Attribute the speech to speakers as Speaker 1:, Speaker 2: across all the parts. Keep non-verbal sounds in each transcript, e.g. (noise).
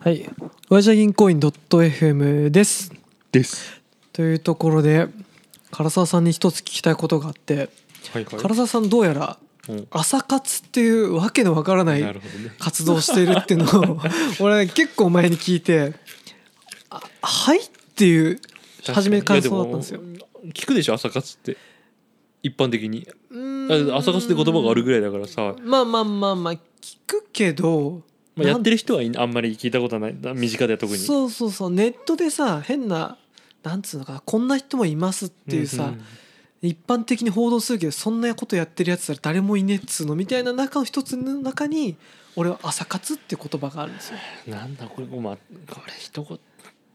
Speaker 1: はい。ワイシャ銀行員 .fm です。
Speaker 2: です。
Speaker 1: というところで、唐沢さんに一つ聞きたいことがあって、
Speaker 2: はいは
Speaker 1: 唐沢さんどうやら
Speaker 2: うん
Speaker 1: 朝活っていうわけのわからな
Speaker 2: ないるほどね
Speaker 1: 活動しているっていうの
Speaker 2: (laughs)
Speaker 1: を俺結構前に聞いて「あはい?」っていう初め感想だったんですよ
Speaker 2: い。やも聞くでしょ朝活って一般的に
Speaker 1: うーん
Speaker 2: あ朝活って言葉があるぐらいだからさ、
Speaker 1: まあまあまあまあ聞くけど、
Speaker 2: まあ、やって
Speaker 1: る
Speaker 2: る人はいあんまり聞いたことはないな身近では特に
Speaker 1: そうそうそうネットでさ変ななんつうのかなこんな人もいますっていうさ、
Speaker 2: んん
Speaker 1: 一般的に報道するけどそんなことやってるやつなら誰もいねえっつうのみたいな中の一つの中に俺は朝活って言葉があるんですよ。
Speaker 2: なんだこれまあこれ一言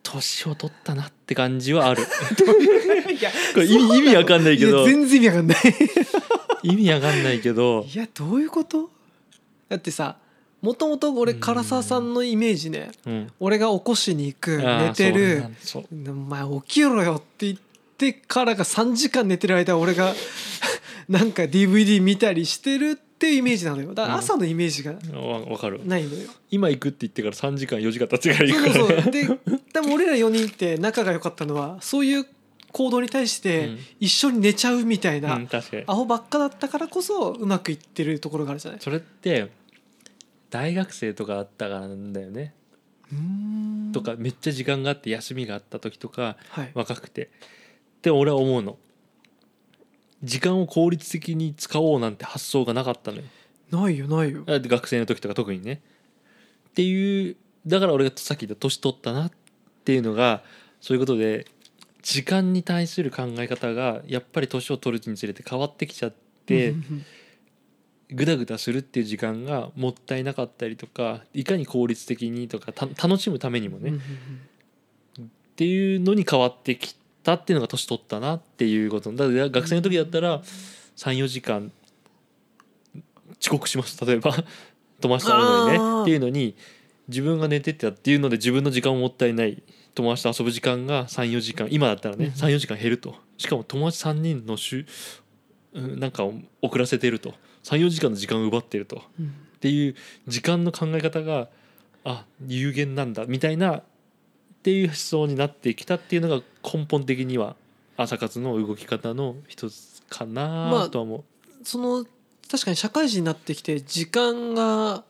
Speaker 2: 年を取ったなって感じはある
Speaker 1: (laughs) いや
Speaker 2: これ意味 (laughs) 意味わかんないけど
Speaker 1: 全然意味わかんない (laughs)
Speaker 2: 意味わかんないけど
Speaker 1: いやどういうことだってさもともと俺唐沢さんのイメージね
Speaker 2: うん
Speaker 1: 俺が起こしに行く
Speaker 2: あー
Speaker 1: 寝てる
Speaker 2: そ
Speaker 1: 「
Speaker 2: う
Speaker 1: お前起きろよ」って言ってからが3時間寝てる間俺が (laughs) なんか DVD 見たりしてるっていうイメージなのよだから朝のイメージが
Speaker 2: なんわわかる
Speaker 1: ないのよ。
Speaker 2: 今行くって言ってから3時間4時間経ってから行
Speaker 1: そ
Speaker 2: く
Speaker 1: う
Speaker 2: から、ね、
Speaker 1: そうそうででも俺ら4人って仲が良かったのはそういう行動に対して
Speaker 2: うん
Speaker 1: 一緒に寝ちゃうみたいな、
Speaker 2: うん、確かに
Speaker 1: アホばっかだったからこそうまくいってるところがあるじゃない
Speaker 2: それって大学生とかだったからなんだよね、
Speaker 1: うーん
Speaker 2: とかめっちゃ時間があって休みがあった時とか
Speaker 1: はい
Speaker 2: 若くてって俺は思うの時間を効率的に使おうなんて発想がなかったのよ
Speaker 1: ないよないよ
Speaker 2: だって学生の時とか特にねっていうだから俺がさっき言った年取ったなっていうのがそういうことで時間に対する考え方がやっぱり年を取るにつれて変わってきちゃって、
Speaker 1: うんうん
Speaker 2: ぐだぐだするっていう時間がもったいなかったりとかいかに効率的にとかた楽しむためにも
Speaker 1: うん
Speaker 2: ね、
Speaker 1: うんう
Speaker 2: っ
Speaker 1: ん
Speaker 2: ていうのに変わってきたっていうのが年取ったなっていうことだから学生の時だったら34時間遅刻します例えば (laughs) 友達と会うのに
Speaker 1: あー
Speaker 2: ねっていうのに自分が寝てたっていうので自分の時間もったいない友達と遊ぶ時間が34時間今だったら
Speaker 1: うん
Speaker 2: ね34時間減るとしかも友達3人の週うんなんかを遅らせてると34時間の時間を奪ってると。
Speaker 1: うん
Speaker 2: っていう時間の考え方があ有限なんだみたいなっていう思想になってきたっていうのが根本的には朝活の動き方の一つか
Speaker 1: ま
Speaker 2: な
Speaker 1: あ
Speaker 2: とは思う、
Speaker 1: その確かに社会人になってきて時間が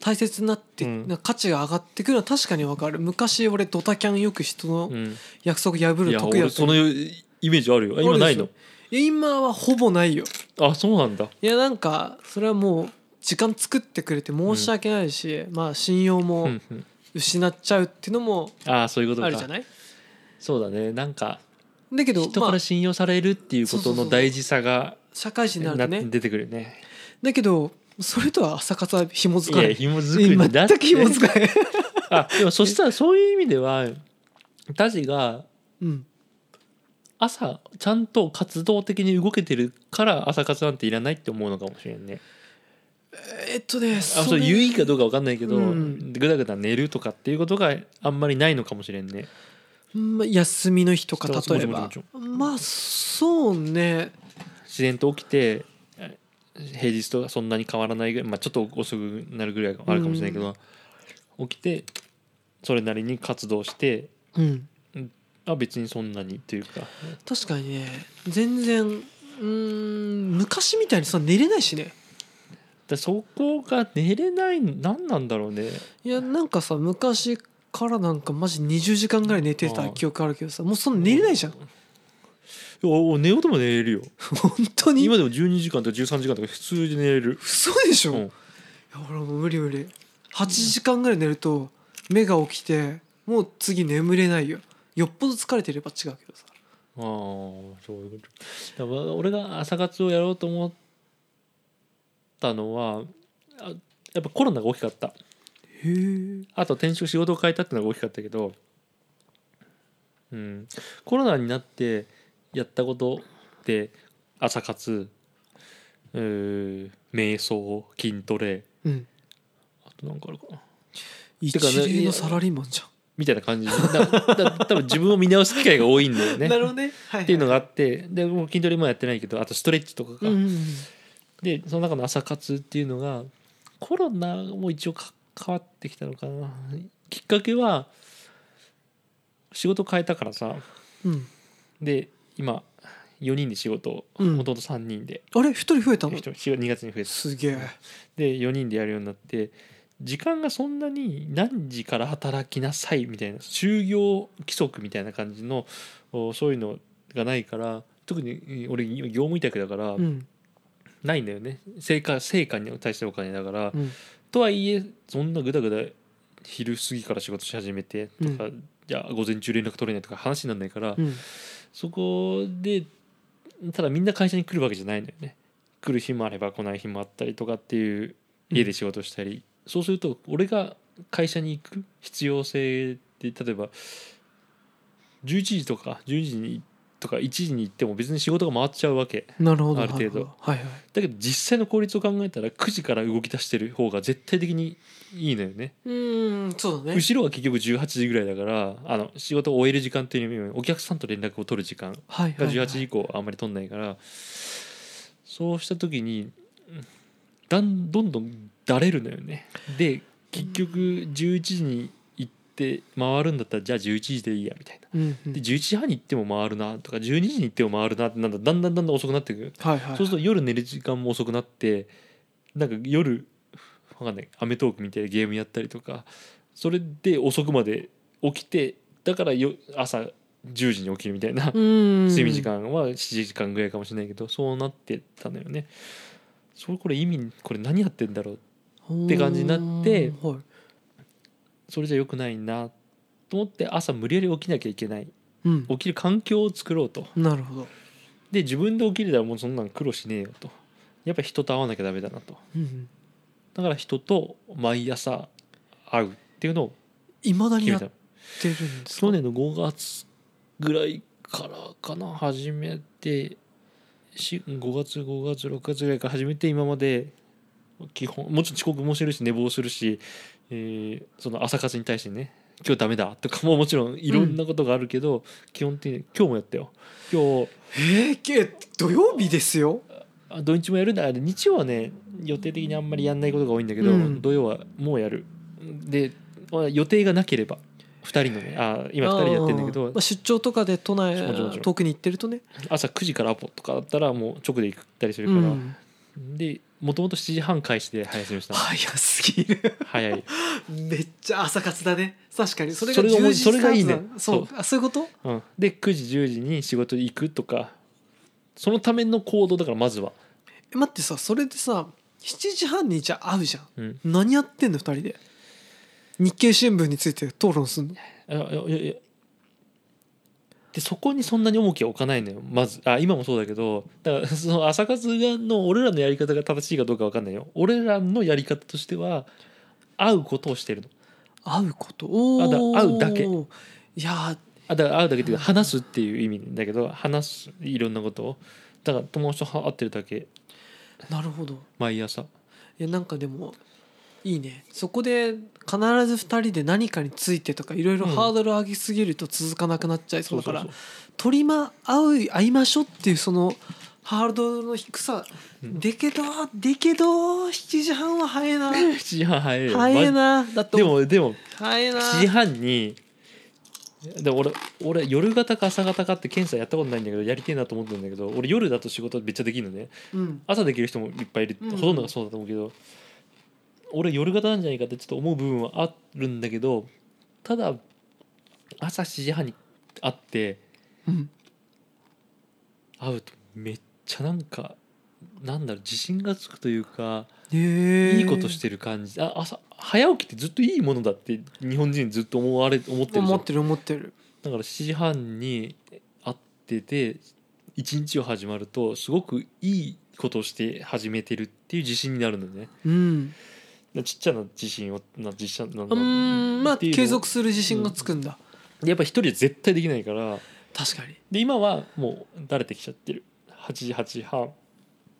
Speaker 1: 大切になって、
Speaker 2: うん
Speaker 1: な価値が上がってくるのは確かにわかる昔俺ドタキャンよく人の
Speaker 2: うん
Speaker 1: 約束破る
Speaker 2: い
Speaker 1: の
Speaker 2: や
Speaker 1: 得意だ
Speaker 2: 俺
Speaker 1: った
Speaker 2: そのイメージあるよあ今ない
Speaker 1: あ
Speaker 2: の
Speaker 1: るいや今はほぼないよ
Speaker 2: あそうなんだ
Speaker 1: いやなんかそれはもう時間作ってくれて申し訳ないし、まあ信用
Speaker 2: う
Speaker 1: も
Speaker 2: んうん
Speaker 1: 失っちゃうっていうのも
Speaker 2: あそういうことか
Speaker 1: あるじゃない、
Speaker 2: そうだねなんか
Speaker 1: だけど
Speaker 2: 人か
Speaker 1: まあ
Speaker 2: ら信用されるっていうこ
Speaker 1: そうそう
Speaker 2: と
Speaker 1: そう
Speaker 2: の大事さが
Speaker 1: 社会人になる
Speaker 2: な
Speaker 1: とね
Speaker 2: 出てくるよね
Speaker 1: だけどそれとは朝活は紐づ
Speaker 2: い
Speaker 1: かな
Speaker 2: や
Speaker 1: い
Speaker 2: 紐づくんだっ
Speaker 1: 全
Speaker 2: て
Speaker 1: く紐づかない
Speaker 2: あでもそしたらそういう意味ではタジが
Speaker 1: うん
Speaker 2: 朝ちゃんと活動的に動けてるから朝活なんていらないって思うのかもしれんね
Speaker 1: えっとね
Speaker 2: あそれ有意義かどうか分かんないけど、
Speaker 1: うん
Speaker 2: ぐだぐだ寝るとかっていうことがあんまりないのかもしれんね
Speaker 1: うんまあ休みの日とか
Speaker 2: 人は
Speaker 1: 例え
Speaker 2: も
Speaker 1: ば
Speaker 2: ちろんもち
Speaker 1: まあそうね
Speaker 2: 自然と起きてえ平日とそんなに変わらないぐらい、まあ、ちょっと遅くなるぐらいはあるかもしれないけど、起きてそれなりに活動して
Speaker 1: うん
Speaker 2: あ別にそんなにっていうか
Speaker 1: 確かにね全然うーん昔みたいにさ寝れないしね
Speaker 2: でそこが寝れない何なんだろうね
Speaker 1: いやなんかさ昔からなんかマジ20時間ぐらい寝てた記憶あるけどさもうそんな寝れないじゃん
Speaker 2: おお寝ようとも寝れるよ
Speaker 1: 本当に
Speaker 2: 今でも12時間とか13時間とか普通に寝れる、
Speaker 1: 嘘でしょ、
Speaker 2: う
Speaker 1: い
Speaker 2: ん、
Speaker 1: や俺もう無理無理8時間ぐらい寝ると目が起きてもう次眠れないよよっぽど疲れてれば違うけどさ
Speaker 2: ああそういうことだから俺が朝活をやろうと思ったのはあやっぱコロナが大きかった
Speaker 1: へえ
Speaker 2: あと転職仕事を変えたっていうのが大きかったけど、うん、コロナになってやったことって朝活うー瞑想筋トレ
Speaker 1: うん
Speaker 2: あと何かあるかな
Speaker 1: 一
Speaker 2: かね
Speaker 1: 流のサラリーマンじゃ
Speaker 2: みたいな感じだだ多分自分を見直す機会が多いんだよ
Speaker 1: ん、(laughs)
Speaker 2: ね。
Speaker 1: なるほどね、はいはい、
Speaker 2: っていうのがあってでもう筋トレもやってないけどあとストレッチとか
Speaker 1: う
Speaker 2: か、
Speaker 1: んうんうん
Speaker 2: でその中の朝活っていうのがコロナも一応か変わってきたのかなきっかけは仕事変えたからさ
Speaker 1: うん、
Speaker 2: で今4人で仕事を
Speaker 1: うん
Speaker 2: もともと3人で、
Speaker 1: あれ一人増えたの
Speaker 2: 2月に増えた
Speaker 1: すげえ
Speaker 2: で4人でやるようになって時間がそんなに何時から働きなさいみたいな就業規則みたいな感じのおそういうのがないから特にえー俺業務委託だから
Speaker 1: うん
Speaker 2: ないんだよね成果成果に対してお金だから、
Speaker 1: うん
Speaker 2: とはいえそんなぐだぐだ昼過ぎから仕事し始めてとか、じゃあ午前中連絡取れないとか話にならないから、
Speaker 1: うん
Speaker 2: そこでただみんな会社に来るわけじゃないんだよね来る日もあれば来ない日もあったりとかっていう家で仕事したり、そうすると俺が会社に行く必要性で例えば11時とか12時にとか1時に行っても別に仕事が回っちゃうわけ
Speaker 1: なるほど
Speaker 2: ある程度
Speaker 1: はいはい
Speaker 2: だけど実際の効率を考えたら9時から動き出してる方が絶対的にいいのよね
Speaker 1: うんそうだね
Speaker 2: 後ろは結局18時ぐらいだからあの仕事を終える時間っていうよりもお客さんと連絡を取る時間
Speaker 1: はい
Speaker 2: が
Speaker 1: はいは
Speaker 2: 18
Speaker 1: い
Speaker 2: 時以降あんまり取んないからそうした時にうんだんどんどんだれるのよねで結局11時に行って回るんだったらじゃあ11時でいいやみたいな
Speaker 1: うんうん
Speaker 2: で11時半に行っても回るなとか12時に行っても回るなってなんだだんだんだんだん遅くなってくる
Speaker 1: はいはい
Speaker 2: そうすると夜寝る時間も遅くなってなんか夜わかんない『アメトーーク』みたいなゲームやったりとかそれで遅くまで起きてだからよ朝10時に起きるみたいな
Speaker 1: うん
Speaker 2: 睡眠時間は7時間ぐらいかもしれないけどそうなってたのよね。それこれ意味これ何やってんだろうって感じになって
Speaker 1: うんはい
Speaker 2: それじゃ良くないなと思って朝無理やり起きなきゃいけない
Speaker 1: うん
Speaker 2: 起きる環境を作ろうと
Speaker 1: なるほど
Speaker 2: で自分で起きれたらもうそんなん苦労しねえよとやっぱ人と会わなきゃダメだなと
Speaker 1: うんうん
Speaker 2: だから人と毎朝会うっていうのを
Speaker 1: いまだに
Speaker 2: 決
Speaker 1: や
Speaker 2: め
Speaker 1: ったてるんですか
Speaker 2: 去年の5月ぐらいからかな始めてし5月5月6月ぐらいから始めて今まで基本もちろん遅刻もしてるし寝坊するし、えーその朝活に対してね今日ダメだとかももちろんいろんなことがあるけど、基本的に今日もやったよ今日
Speaker 1: えーけ土曜日ですよ
Speaker 2: あ土日もやるんだあで日曜はね予定的にあんまりやんないことが多いんだけど、
Speaker 1: うん
Speaker 2: 土曜はもうやるでまあ予定がなければ2人のねあ今2人でやってんだけ
Speaker 1: あー
Speaker 2: ど
Speaker 1: まあ、出張とかで都内
Speaker 2: そうそうそう
Speaker 1: 遠くに行ってるとね
Speaker 2: 朝9時からアポとかだったらもう直で行ったりする
Speaker 1: う
Speaker 2: から、
Speaker 1: ん
Speaker 2: でもともと7時半開始で早めま
Speaker 1: (laughs)
Speaker 2: した
Speaker 1: 早すぎる
Speaker 2: 早い、
Speaker 1: めっちゃ朝活だね確かにそれが
Speaker 2: それがも
Speaker 1: 10
Speaker 2: う
Speaker 1: 時
Speaker 2: それがいいね
Speaker 1: スタートだそうあそういうこと
Speaker 2: うん、で9時10時に仕事行くとかそのための行動だからまずは、
Speaker 1: え待ってさそれでさ7時半にじゃあ会うじゃん
Speaker 2: うん、
Speaker 1: 何やってんの2人で日経新聞について討論すんの
Speaker 2: あいやいやいやでそこにそんなに重きは置かないのよまずあ今もそうだけどだからその朝活がの俺らのやり方が正しいかどうか分かんないよ俺らのやり方としては会うことをしてるの
Speaker 1: 会うことおー
Speaker 2: あだ会うだけ
Speaker 1: いやー
Speaker 2: あだから会うだけっていうか話すっていう意味だけど話すいろんなことをだから友達と会ってるだけ
Speaker 1: なるほど
Speaker 2: 毎朝 (laughs)
Speaker 1: いやなんかでもいいねそこで必ず2人で何かについてとかいろいろ
Speaker 2: うん
Speaker 1: ハードル上げすぎると続かなくなっちゃいそうだから、
Speaker 2: そうそう
Speaker 1: 取りま会う会いましょうっていうそのハードルの低さ、
Speaker 2: うん
Speaker 1: でけどでけど7時半は早いな
Speaker 2: そう7時半早いよ
Speaker 1: 早いなだっ
Speaker 2: ま
Speaker 1: て
Speaker 2: でもでも
Speaker 1: 早いな
Speaker 2: 7時半にでも俺俺夜型か朝型かって検査やったことないんだけどやりてえなと思ってるんだけど俺夜だと仕事めっちゃできるのね
Speaker 1: うん
Speaker 2: 朝できる人もいっぱいいる、
Speaker 1: うん
Speaker 2: ほとんどがそうだと思うけど俺夜型なんじゃないかってちょっと思う部分はあるんだけどただ朝7時半に会って
Speaker 1: うん
Speaker 2: 会うとめっちゃなんかなんだろう自信がつくというか
Speaker 1: へえ
Speaker 2: いいことしてる感じあ朝早起きってずっといいものだって日本人ずっと思われ思ってるじ
Speaker 1: 思
Speaker 2: ゃ
Speaker 1: っ
Speaker 2: ん
Speaker 1: てる思ってる
Speaker 2: だから7時半に会ってて一日を始まるとすごくいいことをして始めてるっていう自信になるのね
Speaker 1: うん
Speaker 2: ちっちゃな自信をな実写な
Speaker 1: うーんまあ
Speaker 2: っていうの
Speaker 1: 継続する自信がつくんだ、
Speaker 2: でやっぱ一人で絶対できないから
Speaker 1: 確かに
Speaker 2: で今はもう慣れてきちゃってる8時8時半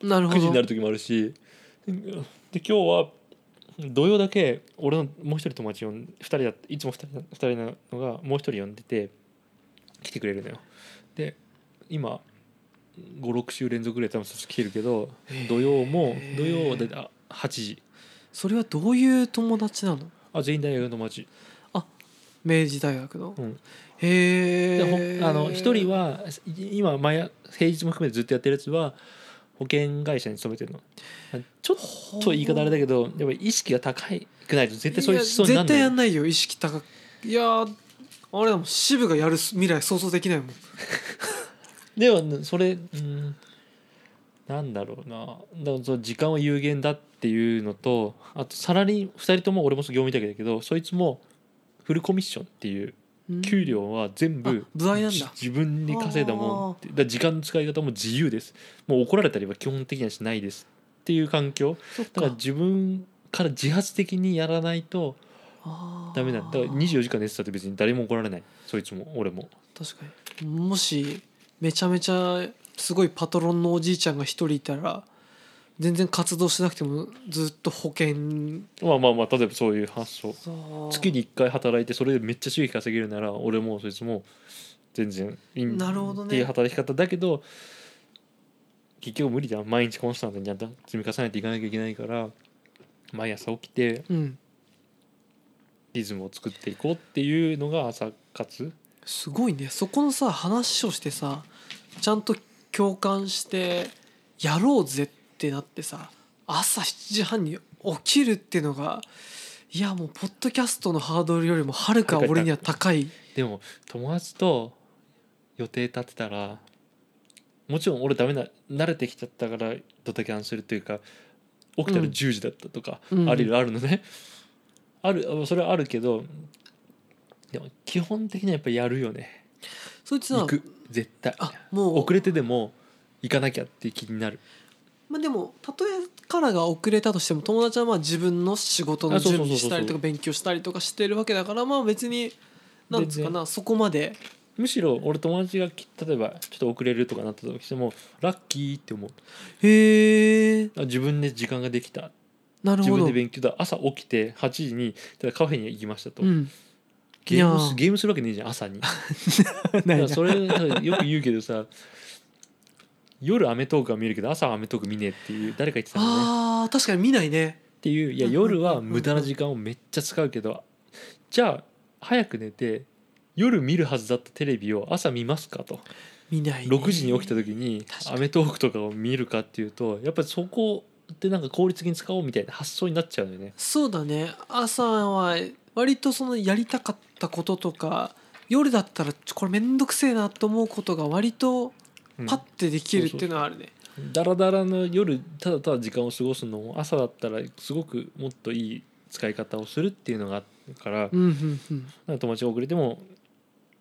Speaker 1: なるほ
Speaker 2: 9時
Speaker 1: ど
Speaker 2: になる時もあるしで今日は土曜だけ俺のもう一人友達呼ん2人だいつも2人な二人なのがもう一人呼んでて来てくれるのよで今56週連続ぐらい多分そっち来てるけど
Speaker 1: へー
Speaker 2: 土曜も土曜はだいたい8時
Speaker 1: それはどういう友達なの
Speaker 2: あ全員大学の友達
Speaker 1: あ明治大学の、
Speaker 2: うん
Speaker 1: へ
Speaker 2: で
Speaker 1: え
Speaker 2: ほあの一人はい今毎平日も含めてずっとやってるやつは保険会社に勤めてるのちょっと言い方あれだけどやっぱり意識が高いくないと絶対そういう思想に
Speaker 1: いや
Speaker 2: な
Speaker 1: 絶対
Speaker 2: んない
Speaker 1: やんないよ意識高くいやーあれだもん渋がやる未来想像できないもん
Speaker 2: ではねそれうんなんだろうなだからその時間は有限だっていうのとあとサラリー2人とも俺も業務委託だけどそいつもフルコミッションっていう
Speaker 1: うん
Speaker 2: 給料は全部
Speaker 1: あ部合なんだ
Speaker 2: じ自分に稼いだもんってだから時間の使い方も自由ですもう怒られたりは基本的にはしないですっていう環境
Speaker 1: そっ
Speaker 2: だ
Speaker 1: か
Speaker 2: から自分から自発的にやらないと
Speaker 1: あー
Speaker 2: ダメなんだだから24時間寝てたって別に誰も怒られないそいつも俺も
Speaker 1: 確かにもしめちゃめちゃすごいパトロンのおじいちゃんが一人いたら全然活動しなくてもずっと保険
Speaker 2: まあまあまあ例えばそういう発想月
Speaker 1: に
Speaker 2: に1回働いてそれでめっちゃ収益稼げるなら俺もそいつも全然いい
Speaker 1: なるほどね
Speaker 2: っていう働き方だけど結局無理だ毎日コンスタントにやった積み重ねていかなきゃいけないから毎朝起きて
Speaker 1: うん
Speaker 2: リズムを作っていこうっていうのが朝活
Speaker 1: すごいねそこのさ話をしてさちゃんと共感してやろうぜってなってさ朝7時半に起きるってのがいやもうポッドキャストのハードルよりもはるか俺には高い
Speaker 2: でも友達と予定立てたらもちろん俺ダメな慣れてきちゃったからドタキャンするというか起きたら
Speaker 1: うん
Speaker 2: 10時だったとか、
Speaker 1: うん
Speaker 2: あるあるのねあるあそれはあるけどでも基本的にはやっぱやるよね
Speaker 1: そいつ
Speaker 2: 行
Speaker 1: は
Speaker 2: く絶対
Speaker 1: あもう
Speaker 2: 遅れてでも行かなきゃって気になる
Speaker 1: まあ、でもたとえからが遅れたとしても友達はまあ自分の仕事の
Speaker 2: あそう
Speaker 1: 準
Speaker 2: そうそうそ
Speaker 1: 備
Speaker 2: う
Speaker 1: したりとか勉強したりとかしてるわけだからまあ別になんつうかなそこまで
Speaker 2: むしろ俺友達がき例えばちょっと遅れるとかなった時してもラッキーって思う
Speaker 1: へえ
Speaker 2: あ自分で時間ができた
Speaker 1: なる
Speaker 2: 自
Speaker 1: ほ
Speaker 2: 分
Speaker 1: ど
Speaker 2: で勉強だ朝起きて8時にただカフェに行きましたと、
Speaker 1: うん
Speaker 2: (laughs) ゲーム
Speaker 1: いやー
Speaker 2: すゲームするわけねえじゃ
Speaker 1: (laughs)
Speaker 2: ん朝にだか
Speaker 1: ないな
Speaker 2: らそれよく言うけどさ夜アメトークは見るけど朝アメトーク見ねえっていう誰か言ってたのね
Speaker 1: あー確かに見ないね
Speaker 2: っていういや
Speaker 1: うん
Speaker 2: 夜
Speaker 1: うん
Speaker 2: は
Speaker 1: うんうん
Speaker 2: 無駄な時間をめっちゃ使うけどじゃあ早く寝て夜見るはずだったテレビを朝見ますかと
Speaker 1: 見ないね
Speaker 2: 6時に起きた時に
Speaker 1: 確か
Speaker 2: 『ア
Speaker 1: に
Speaker 2: メトーク』とかを見るかっていうとやっぱりそこってなんか効率的に使おうみたいな発想になっちゃうのよね。
Speaker 1: そうだね朝は割とそのやりたかったこととか夜だったらちょこれめんどくせえなと思うことが割と
Speaker 2: うん
Speaker 1: パッてできるっていうのはあるね、
Speaker 2: ダラダラの夜ただただ時間を過ごすのも朝だったらすごくもっといい使い方をするっていうのがあるから
Speaker 1: うんうんうん
Speaker 2: なんか友達が遅れても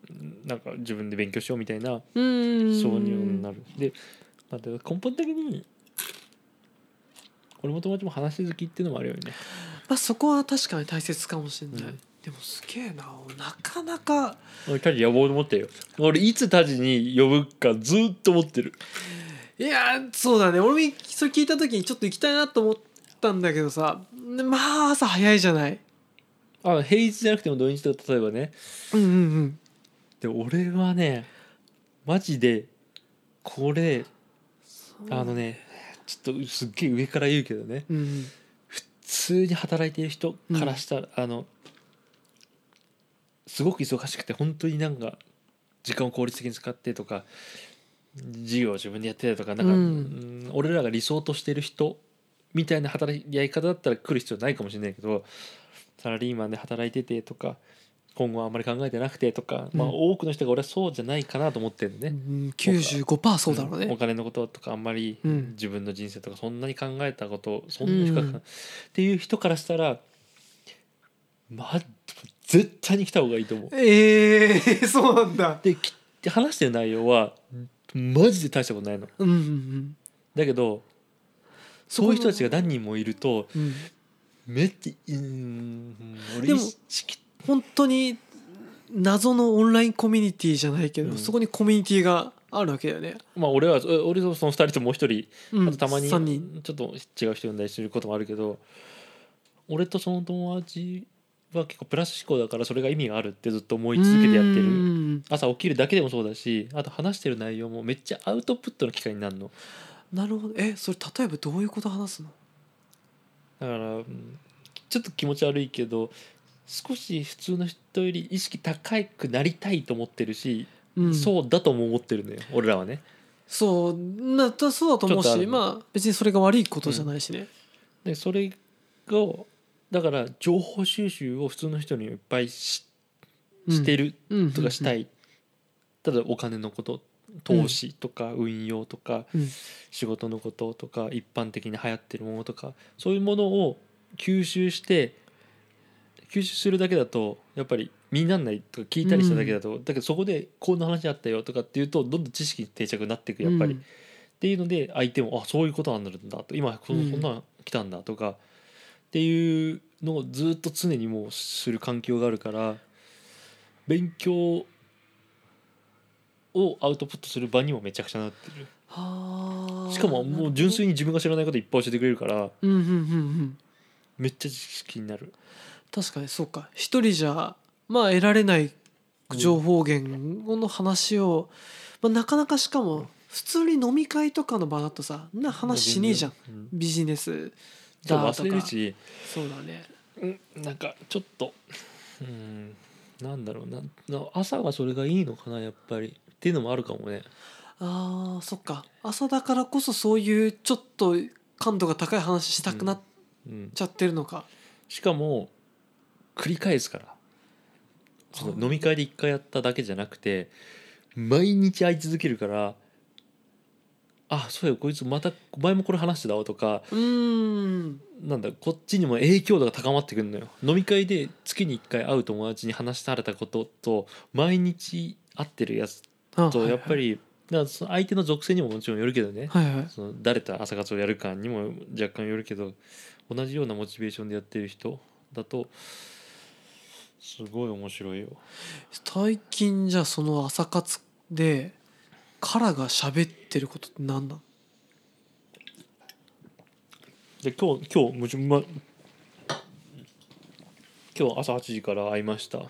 Speaker 2: うんなんか自分で勉強しようみたいな
Speaker 1: うーん
Speaker 2: 挿入になるでまあだから根本的に俺も友達も話好きっていうのもあるよね
Speaker 1: まあ、そこは確かに大切かもしれない、
Speaker 2: うん
Speaker 1: でもすげえななかなか
Speaker 2: 俺タジ呼ぼうと思ってるよ俺いつタジに呼ぶかずっと思ってる
Speaker 1: いやーそうだね俺もそれ聞いた時にちょっと行きたいなと思ったんだけどさでまあ朝早いじゃない
Speaker 2: あ平日じゃなくても土日とか例えばね
Speaker 1: うんうんうん
Speaker 2: で俺はねマジでこれあのねちょっとすっげえ上から言うけどね
Speaker 1: うんうん
Speaker 2: 普通に働いてる人からしたら、あのすごく忙しくて本当になんか時間を効率的に使ってとか授業を自分でやってたとかなんか、
Speaker 1: うん
Speaker 2: うん俺らが理想としてる人みたいな働きやり方だったら来る必要ないかもしれないけどサラリーマンで働いててとか今後はあんまり考えてなくてとか、まあ
Speaker 1: うん
Speaker 2: 多くの人が俺はそうじゃないかなと思ってるのね。
Speaker 1: うん95%そうだろうね、
Speaker 2: んお金のこととかあんまり
Speaker 1: うん
Speaker 2: 自分の人生とかそんなに考えたことそんなに深
Speaker 1: う
Speaker 2: く、
Speaker 1: ん
Speaker 2: っていう人からしたらまあ絶対に来た方がいいと思う。
Speaker 1: ええー、そうなんだ
Speaker 2: でき話してる内容はマジで大したことないの。
Speaker 1: うんうんうん
Speaker 2: だけどそういう人たちが何人もいると
Speaker 1: うん
Speaker 2: めっちゃうん
Speaker 1: で
Speaker 2: 俺意
Speaker 1: も
Speaker 2: 識
Speaker 1: 本当に謎のオンラインコミュニティじゃないけど、
Speaker 2: うん
Speaker 1: そこにコミュニティがあるわけだよね、
Speaker 2: まあ俺はえ俺とその2人ともう1人
Speaker 1: うん、
Speaker 2: あとたまにち
Speaker 1: 3人
Speaker 2: ょっと違う人呼んだりすることもあるけど俺とその友達は結構プラス思考だからそれが意味があるってずっと思い続けてやって
Speaker 1: う
Speaker 2: る
Speaker 1: ん
Speaker 2: 朝起きるだけでもそうだしあと話してる内容もめっちゃアウトプットの機会になるの
Speaker 1: なるほどえそれ例えばどういうこと話すの
Speaker 2: だからうんちょっと気持ち悪いけど少し普通の人より意識高くなりたいと思ってるし、
Speaker 1: うん、
Speaker 2: そうだとも思ってるのよ俺らはね
Speaker 1: そうなだそうだと思う
Speaker 2: ちょっとあ
Speaker 1: し
Speaker 2: るね
Speaker 1: まあ別にそれが悪いことじゃないしね、
Speaker 2: でそれをだから情報収集を普通の人にいっぱいし
Speaker 1: うん
Speaker 2: してる
Speaker 1: うん、
Speaker 2: とかした
Speaker 1: い、
Speaker 2: い、ただお金のこと投資とか運用とか、
Speaker 1: うん
Speaker 2: 仕事のこととか一般的に流行ってるものとかそういうものを吸収して吸収するだけだとやっぱり身になんないとか聞いたりしただけだと、だけどそこでこんな話あったよとかっていうとどんどん知識に定着になっていくやっぱり、
Speaker 1: うん
Speaker 2: っていうので相手もあそういうことなんだと今
Speaker 1: う
Speaker 2: こ
Speaker 1: ん
Speaker 2: んこんなん来たんだとか、っていうのをずっと常にもうする環境があるから勉強をアウトプットする場にもめちゃくちゃなってる
Speaker 1: はあ
Speaker 2: しかももう純粋に自分が知らないこといっぱい教えてくれるから
Speaker 1: うんうんうんうん
Speaker 2: めっちゃ知識になる
Speaker 1: 確かにそうか一人じゃまあ得られない情報源の話を、まあ、なかなかしかも普通に飲み会とかの場だとさんな話しねえじゃん、
Speaker 2: うん、
Speaker 1: ビジネス
Speaker 2: 多分
Speaker 1: だと
Speaker 2: 忘れる
Speaker 1: か
Speaker 2: し
Speaker 1: そうだね
Speaker 2: うんなんかちょっとうんなんだろうなな朝はそれがいいのかなやっぱりっていうのもあるかもね
Speaker 1: あーそっか朝だからこそそういうちょっと感度が高い話したくなっ
Speaker 2: うん
Speaker 1: ちゃってるのか、
Speaker 2: しかも繰り返すからその飲み会で一回やっただけじゃなくて毎日会い続けるからあそうよこいつまた前もこれ話してたわとか
Speaker 1: うーん
Speaker 2: なんだこっちにも影響度が高まってくるのよ飲み会で月に1回会う友達に話されたことと毎日会ってるやつ
Speaker 1: あ
Speaker 2: とやっぱりだからその相手の属性にももちろんよるけどね
Speaker 1: はいはい
Speaker 2: その誰と朝活をやるかにも若干よるけど同じようなモチベーションでやってる人だとすごい面白いよ
Speaker 1: 最近じゃあその朝活でカラが喋ってることって何なの
Speaker 2: で今日今日むちま今日朝8時から会いました
Speaker 1: うん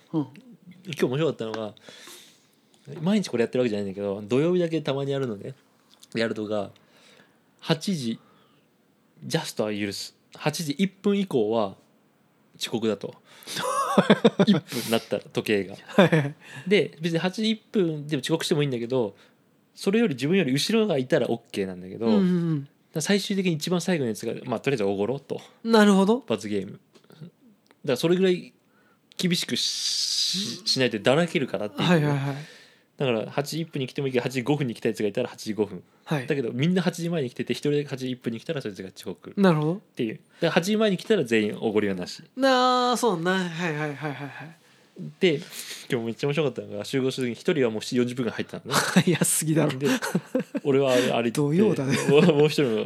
Speaker 2: 今日面白かったのが毎日これやってるわけじゃないんだけど土曜日だけたまにやるのねやるのが8時ジャストは許す8時1分以降は遅刻だと1分なったら時計が
Speaker 1: はいはい
Speaker 2: で別に8時1分でも遅刻してもいいんだけどそれより自分より後ろがいたら OK なんだけど、
Speaker 1: うんう
Speaker 2: だか
Speaker 1: ん
Speaker 2: ら最終的に一番最後のやつが、まあ、とりあえずおごろと
Speaker 1: うんなるほど
Speaker 2: 罰ゲームだからそれぐらい厳しくししないとだらけるからっていう、
Speaker 1: はいはいはい
Speaker 2: だから8時1分に来てもいいけど8時5分に来たやつがいたら8時5分
Speaker 1: はい
Speaker 2: だけどみんな8時前に来てて1人だけ8時1分に来たらそいつが遅刻っ
Speaker 1: なるほど
Speaker 2: ていうだから8時前に来たら全員おごりはなし
Speaker 1: なあそうなはいはいはいはいはい
Speaker 2: で今日めっちゃ面白かったのが集合した時に1人はもう40分が入ったのね
Speaker 1: 早すぎだろ
Speaker 2: で (laughs) 俺は歩いて
Speaker 1: 土曜だね
Speaker 2: もうもう一人の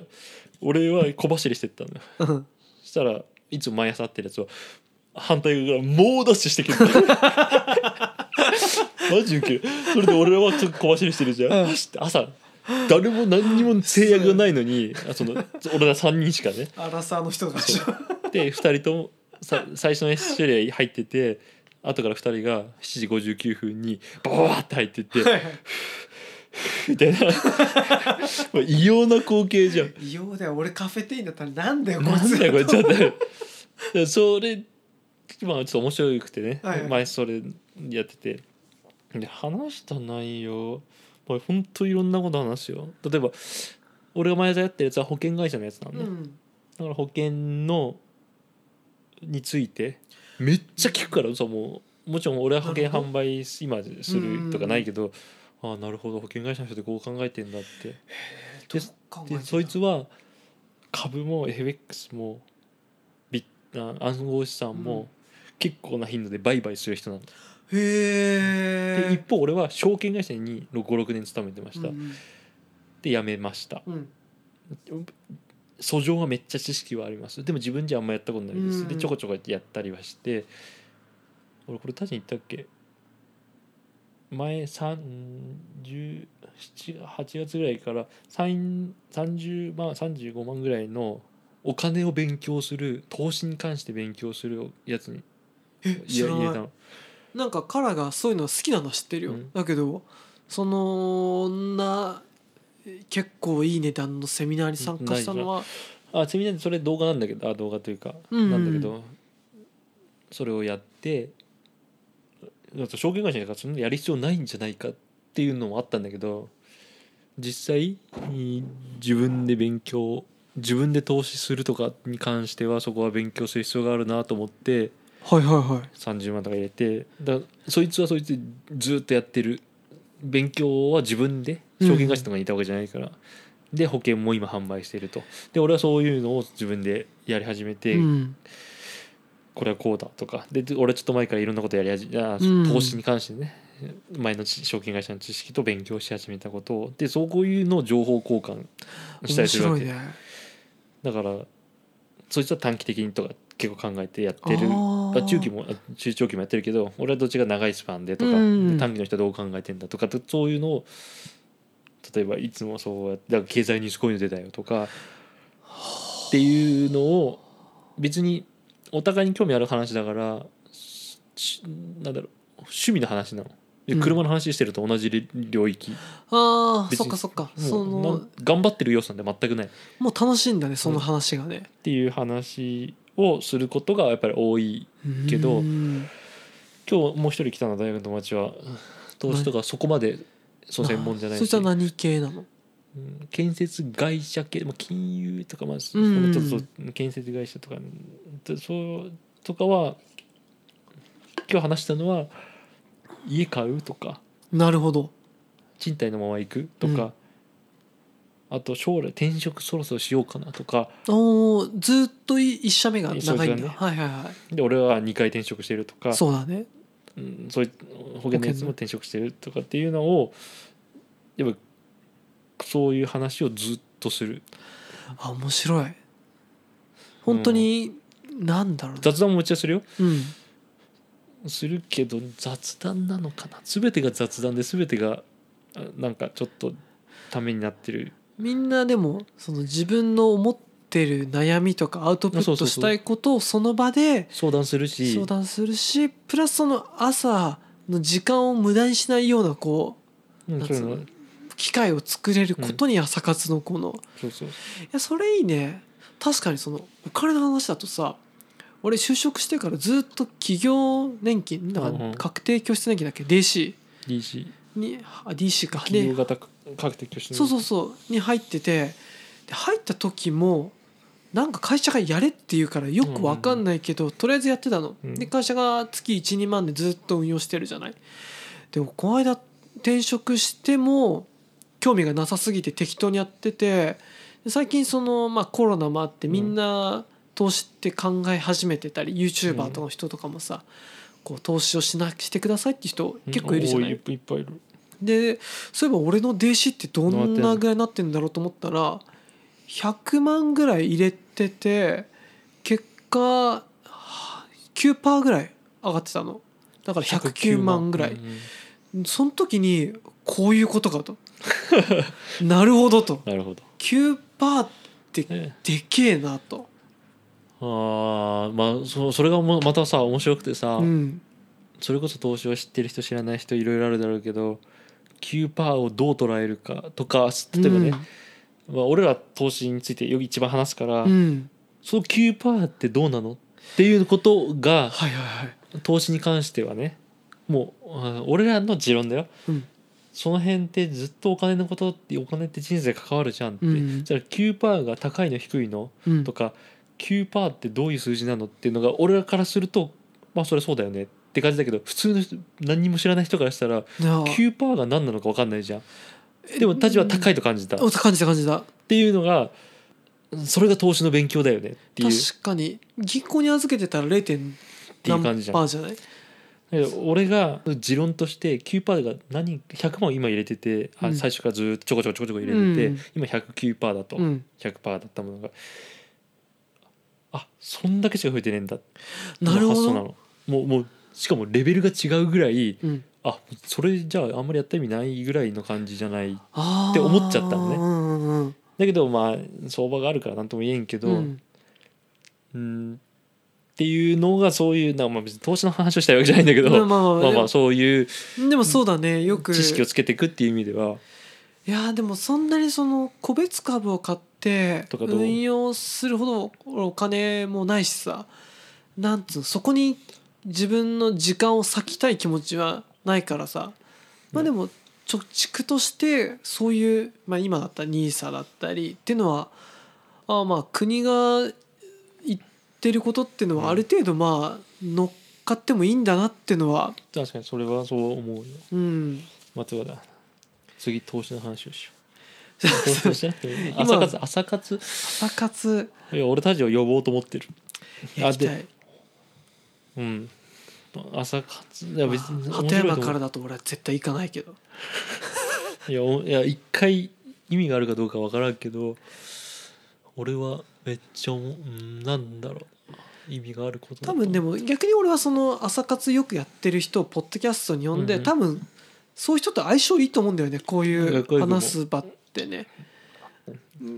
Speaker 2: 俺は小走りしてったのよ
Speaker 1: うん
Speaker 2: そしたらいつも毎朝会ってるやつは反対側から猛ダッシュし
Speaker 1: (laughs)
Speaker 2: てくるマジウケるそれで俺はちょっと小走りしてるじゃん、
Speaker 1: うん
Speaker 2: 走って朝誰も何にも制約がないのにあその俺ら3人しかね
Speaker 1: アラサーの人が
Speaker 2: で2人ともさ最初の1種類入ってて後から2人が7時59分にバババーって入ってっ
Speaker 1: (laughs)
Speaker 2: て
Speaker 1: はいはい
Speaker 2: みたいなもう異様な光景じゃん
Speaker 1: 異様だよ俺カフェテインだったらなんだよこい
Speaker 2: なん
Speaker 1: つ
Speaker 2: だよこれちょっとだからそれまあちょっと面白くてね、
Speaker 1: はいはい
Speaker 2: 前それやっててで話した内容まあほんといろんなこと話すよ例えば俺が前座やってるやつは保険会社のやつなの
Speaker 1: う
Speaker 2: ね、
Speaker 1: ん
Speaker 2: だから保険のについてめっちゃ聞くからさもうもちろん俺は保険
Speaker 1: なるほ
Speaker 2: 販売今するとかないけどああなるほど保険会社の人ってこう考えてんだってで
Speaker 1: 考えて
Speaker 2: で
Speaker 1: た
Speaker 2: そいつは株も FX もビッあ暗号資産
Speaker 1: う
Speaker 2: も結構な頻度で売買する人なんだ、
Speaker 1: へえ
Speaker 2: で一方俺は証券会社に56年勤めてました、
Speaker 1: うん
Speaker 2: で辞めました
Speaker 1: うん
Speaker 2: 訴状はめっちゃ知識はありますでも自分じゃあんまやったことないです、
Speaker 1: うん
Speaker 2: でちょこちょこやったりはして俺これ確かに言ったっけ前378月ぐらいから3 30万35万ぐらいのお金を勉強する投資に関して勉強するやつに
Speaker 1: え
Speaker 2: い
Speaker 1: 知
Speaker 2: や
Speaker 1: ら
Speaker 2: 入れた
Speaker 1: ない
Speaker 2: の
Speaker 1: なんかカラがそういうの好きなのは知ってるよ、
Speaker 2: うん
Speaker 1: だけどそのな結構いい値段のセミナーに参加したのは
Speaker 2: あセミナーでそれ動画なんだけどあ動画というか
Speaker 1: うん
Speaker 2: なんだけどそれをやってだって証券会社だからそんなやる必要ないんじゃないかっていうのもあったんだけど実際うん自分で勉強自分で投資するとかに関してはそこは勉強する必要があるなと思って
Speaker 1: はいはいはい
Speaker 2: 30万とか入れてだそいつはそいつでずっとやってる勉強は自分で証券会社とかにいたわけじゃないから、で保険も今販売してるとで俺はそういうのを自分でやり始めて、
Speaker 1: うん
Speaker 2: これはこうだとかでで俺ちょっと前からいろんなことやり始めあ
Speaker 1: うん
Speaker 2: 投資に関してね前の知証券会社の知識と勉強し始めたことをでそうこういうのを情報交換した
Speaker 1: 面
Speaker 2: りする
Speaker 1: 白
Speaker 2: わ
Speaker 1: い
Speaker 2: け、
Speaker 1: ね
Speaker 2: だからそいつは短期的にとか結構考えてやってる
Speaker 1: あー
Speaker 2: あ中期もあ中長期もやってるけど俺はどっちが長いスパンでとか、
Speaker 1: うん
Speaker 2: で短期の人はどう考えてんだとかとそういうのを例えばいつもそうやってだから経済ニュースこういうの出たよとかっていうのを別にお互いに興味ある話だからしなんだろう趣味の話なの。で
Speaker 1: うん
Speaker 2: 車の話してると同じり領域、
Speaker 1: あー
Speaker 2: 別
Speaker 1: そ
Speaker 2: に
Speaker 1: っかそっか
Speaker 2: も
Speaker 1: そう
Speaker 2: な
Speaker 1: の
Speaker 2: ん頑張ってる要素なんて全くない。
Speaker 1: もう楽しいんだねその話がね
Speaker 2: っていう話をすることがやっぱり多いけど
Speaker 1: うん
Speaker 2: 今日もう一人来たの大学の友達は投資とかそこまでそう専門じゃない
Speaker 1: そいつ
Speaker 2: し
Speaker 1: は何系なの
Speaker 2: うん建設会社系まあ金融とかまあち
Speaker 1: うん
Speaker 2: ょっと建設会社とかでそうとかは今日話したのは家買うとか
Speaker 1: なるほど
Speaker 2: 賃貸のまま行くとか、あと将来転職そろそろしようかなとか
Speaker 1: おーずーっとい一社目が長いん
Speaker 2: そう
Speaker 1: だ、
Speaker 2: そう
Speaker 1: はいはいは
Speaker 2: で俺は2回転職してるとか
Speaker 1: いそうだね
Speaker 2: うん、そういう保険のやつも転職してるとかっていうのをやっぱそういう話をずっとする
Speaker 1: あ面白い本当に、なんだろうね
Speaker 2: 雑談ももちろんするよ
Speaker 1: うん
Speaker 2: するけど雑談なのかな全てが雑談で全てがあなんかちょっとためになってる
Speaker 1: みんなでもその自分の思ってる悩みとかアウトプ
Speaker 2: そ
Speaker 1: ット
Speaker 2: うそうそう
Speaker 1: したいことをその場で
Speaker 2: 相談するし
Speaker 1: 相談するしプラスその朝の時間を無駄にしないようなこ
Speaker 2: うんそういうの
Speaker 1: う機会を作れることに朝活のこの、い
Speaker 2: そうそう
Speaker 1: やそれいいね確かにそのお金の話だとさ俺就職してからずっと企業年金だか
Speaker 2: うんうん
Speaker 1: ら確定拠出年金だっけ DC
Speaker 2: DC
Speaker 1: にあ DC か
Speaker 2: 企
Speaker 1: ね
Speaker 2: 業型確定拠出
Speaker 1: そうそうそうに入っててで入った時もなんか会社がやれって言うからよく分かんないけど、とりあえずやってたの、
Speaker 2: うん
Speaker 1: で会社が月12万でずっと運用してるじゃないでもこの間転職しても興味がなさすぎて適当にやっててで最近その、まあ、コロナもあってみんな投資って考え始めてたり、YouTuber とかの人とかもさこう投資をしなしてくださいって人結構いるじゃない
Speaker 2: うん多いいっぱいいる
Speaker 1: でそういえば俺の弟子ってどんなぐらいなってんだろうと思ったら100万ぐらい入れてて結果はあ9%ぐらい上がってたのだから109万ぐらい
Speaker 2: うんうん
Speaker 1: その時にこういうことか (laughs) となるほどと
Speaker 2: なるほど、
Speaker 1: 9%ってで
Speaker 2: ね、
Speaker 1: けえなと、
Speaker 2: あーまあそそれがもまたさ面白くてさ、
Speaker 1: うん、
Speaker 2: それこそ投資を知ってる人知らない人いろいろあるだろうけど9%をどう捉えるかとか例えばね、まあ、俺ら投資についてよく一番話すから、
Speaker 1: うん、うん、
Speaker 2: その9%ってどうなのっていうこと
Speaker 1: は
Speaker 2: が
Speaker 1: いはいはい、
Speaker 2: 投資に関してはねもうあ俺らの持論だよ
Speaker 1: うん、
Speaker 2: その辺ってずっとお金のことってお金って人生関わるじゃんって、
Speaker 1: うん
Speaker 2: じゃあ9%が高いの低いの
Speaker 1: うん
Speaker 2: とか9%ってどういう数字なのっていうのが俺らからするとまあそれそうだよねって感じだけど普通の人何にも知らない人からした
Speaker 1: い
Speaker 2: ら
Speaker 1: や
Speaker 2: 9%が何なのか分かんないじゃんでも立場高いと感じたっ
Speaker 1: お感じた感じた
Speaker 2: ていうのがそれが投資の勉強だよねっていう
Speaker 1: 確かに銀行に預けてたら 0. 点
Speaker 2: ていう感じじゃん
Speaker 1: 何パーじゃない
Speaker 2: だけど俺が持論として9%が何100万今入れてて、あ
Speaker 1: うん
Speaker 2: 最初からずっとちょこちょこちょこちょこ入れてて、
Speaker 1: うん
Speaker 2: 今109%だと、
Speaker 1: うん
Speaker 2: 100%だったものがあそんだけしか増えてねえんだ
Speaker 1: なるほ
Speaker 2: 発想な
Speaker 1: ど
Speaker 2: のもうもうしかもレベルが違うぐらい
Speaker 1: うん
Speaker 2: あそれじゃああんまりやった意味ないぐらいの感じじゃない
Speaker 1: あー
Speaker 2: って思っちゃったのね
Speaker 1: うんうんうん
Speaker 2: だけどまあ相場があるから何とも言えんけど、
Speaker 1: うん
Speaker 2: うんっていうのがそういうな、まあ、別に投資の話をしたいわけじゃないんだけど、
Speaker 1: まあ
Speaker 2: ま
Speaker 1: まあ
Speaker 2: あ
Speaker 1: ま
Speaker 2: ま
Speaker 1: あ
Speaker 2: あ
Speaker 1: でも
Speaker 2: そういう
Speaker 1: でもそうだねよく
Speaker 2: 知識をつけていくっていう意味では、
Speaker 1: いやーでもそんなにその個別株を買って
Speaker 2: とかどう
Speaker 1: 運用するほどお金もないしさなんつうのそこに自分の時間を割きたい気持ちはないからさまあでも貯蓄としてそういう、まあ、今だったら NISA だったりっていうのはあまあ国が言ってることっていうの
Speaker 2: うん
Speaker 1: はある程度まあ乗っかってもいいんだなっていうのは
Speaker 2: 確かにそれはそう思うよ
Speaker 1: うん
Speaker 2: 松原次投資の話をしよう投資をしない
Speaker 1: 今
Speaker 2: 朝活朝活
Speaker 1: 朝活
Speaker 2: いや俺たちを呼ぼうと思ってる
Speaker 1: やりたい
Speaker 2: うん朝活いや別に面
Speaker 1: 鳩
Speaker 2: 白いと思
Speaker 1: 山
Speaker 2: う
Speaker 1: からだと俺は絶対行かないけど
Speaker 2: いやおいや一回意味があるかどうかわからんけど俺はめっちゃおもうんなんだろう意味があることだ
Speaker 1: 多
Speaker 2: と
Speaker 1: 分でも逆に俺はその朝活よくやってる人をポッドキャストに呼んで、
Speaker 2: うんうん
Speaker 1: 多分そういう人と相性いいと思うんだよねこう
Speaker 2: うん
Speaker 1: い
Speaker 2: こ
Speaker 1: う
Speaker 2: ういうのも
Speaker 1: 話す場ってね。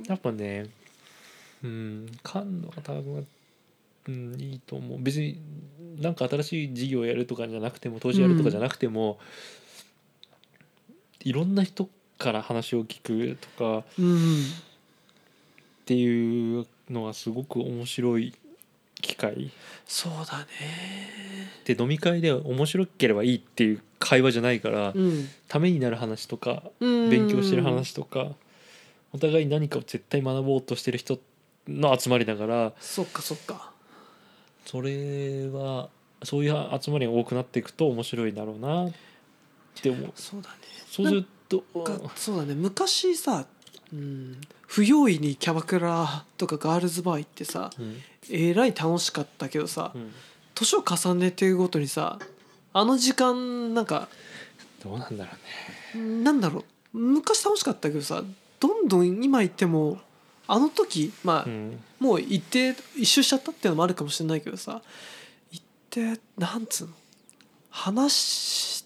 Speaker 2: やっぱねうんかんのが多分うんいいと思う別になんか新しい事業やるとかじゃなくても投資やるとかじゃなくても、いろんな人から話を聞くとか
Speaker 1: うん、
Speaker 2: っていうのはすごく面白い機会
Speaker 1: そうだね。
Speaker 2: で飲み会では面白ければいいっていう会話じゃないから、
Speaker 1: うん、
Speaker 2: ためになる話とか
Speaker 1: うん
Speaker 2: 勉強してる話とか、お互いに何かを絶対学ぼうとしてる人の集まりだから
Speaker 1: そっかそっか。
Speaker 2: それはそういう集まりが多くなっていくと面白いだろうなって思う
Speaker 1: そうだね。
Speaker 2: そうすると
Speaker 1: かそうだね昔さ、うん、不用意にキャバクラとかガールズバー行ってさ
Speaker 2: うん
Speaker 1: えらい楽しかったけどさ
Speaker 2: うん
Speaker 1: 年を重ねていくごとにさあの時間なんか
Speaker 2: どうなんだろうね
Speaker 1: なんだろう昔楽しかったけどさどんどん今行ってもあの時まあ、
Speaker 2: うん
Speaker 1: もう行って一周しちゃったっていうのもあるかもしれないけどさ行ってなんつうの話し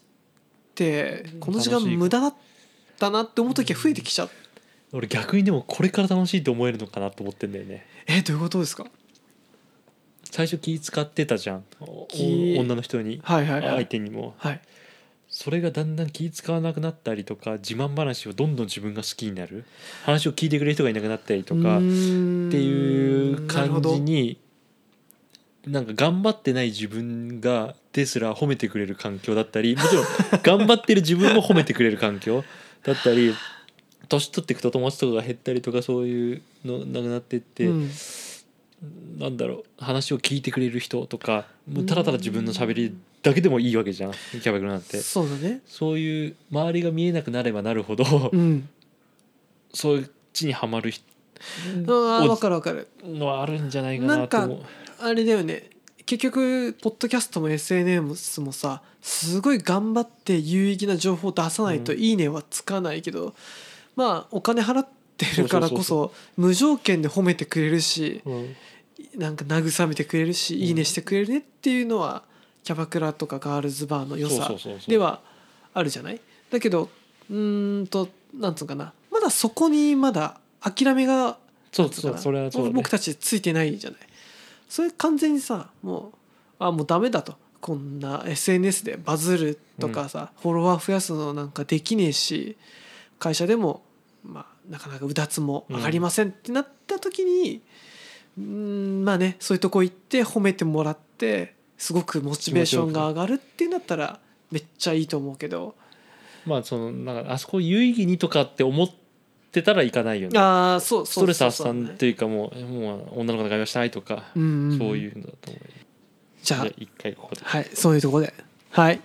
Speaker 1: てこの時間
Speaker 2: 楽しい
Speaker 1: 無駄だったなって思う時は増えてきちゃう、
Speaker 2: 俺逆にでもこれから楽しいと思えるのかなと思ってんだよね
Speaker 1: えどういうことですか
Speaker 2: 最初気使ってたじゃんお
Speaker 1: 気
Speaker 2: 女の人に
Speaker 1: はいはいは
Speaker 2: 相
Speaker 1: い
Speaker 2: 手にも
Speaker 1: はい
Speaker 2: それがだんだん気使わなくなったりとか自慢話をどんどん自分が好きになる話を聞いてくれる人がいなくなったりとか
Speaker 1: う
Speaker 2: っ
Speaker 1: ーん
Speaker 2: ていう
Speaker 1: なるほ
Speaker 2: 感
Speaker 1: ど
Speaker 2: じになんか頑張ってない自分がですら褒めてくれる環境だったりもち (laughs) ろん頑張ってる自分も褒めてくれる環境だったり年取っていくと友達とかが減ったりとかそういうのなくなってって、
Speaker 1: うん
Speaker 2: なんだろう話を聞いてくれる人とかもうただただ自分の喋りだけでもいいわけじゃんキャバクラなんて。
Speaker 1: そうだね
Speaker 2: そういう周りが見えなくなればなるほど、
Speaker 1: うん
Speaker 2: そっちにはまる人
Speaker 1: あ
Speaker 2: お
Speaker 1: 分かる分かる
Speaker 2: のはあるんじゃないかなと思う。
Speaker 1: あれだよね結局ポッドキャストも SNS もさすごい頑張って有意義な情報を出さないと「
Speaker 2: うん
Speaker 1: いいね」はつかないけど、まあお金払ってるからこ
Speaker 2: そ
Speaker 1: そ無条件で褒めてくれるし
Speaker 2: うん
Speaker 1: なんか慰めてくれるし「
Speaker 2: ん
Speaker 1: いいね」してくれるねっていうのはキャバクラとかガールズバーの良さ
Speaker 2: そうそうそうそう
Speaker 1: ではあるじゃないだけどうーんとなんつうのかなまだそこにまだ諦めが
Speaker 2: そうそうそれはそうだね
Speaker 1: 僕たちついてないじゃないそれ完全にさもうあもうダメだとこんな SNS でバズるとかさ、フォロワー増やすのなんかできねえし会社でも、まあ、なかなかうだつも上がりませんってなった時に、うーん、まあねそういうとこ行って褒めてもらってすごくモチベーションが上がるってなったらめっちゃいいと思うけど
Speaker 2: まあそのなんかあそこ有意義にとかって思ってたらいかないよね。
Speaker 1: ああそう
Speaker 2: ス
Speaker 1: そ
Speaker 2: ト
Speaker 1: う
Speaker 2: レス
Speaker 1: そう
Speaker 2: 発
Speaker 1: そう
Speaker 2: 散っていうかもうもう女の子と会話したいとか、
Speaker 1: うんうんうん
Speaker 2: そういうのだと思う。
Speaker 1: じゃあ
Speaker 2: じゃあ一回ここで。
Speaker 1: はいそういうとこではい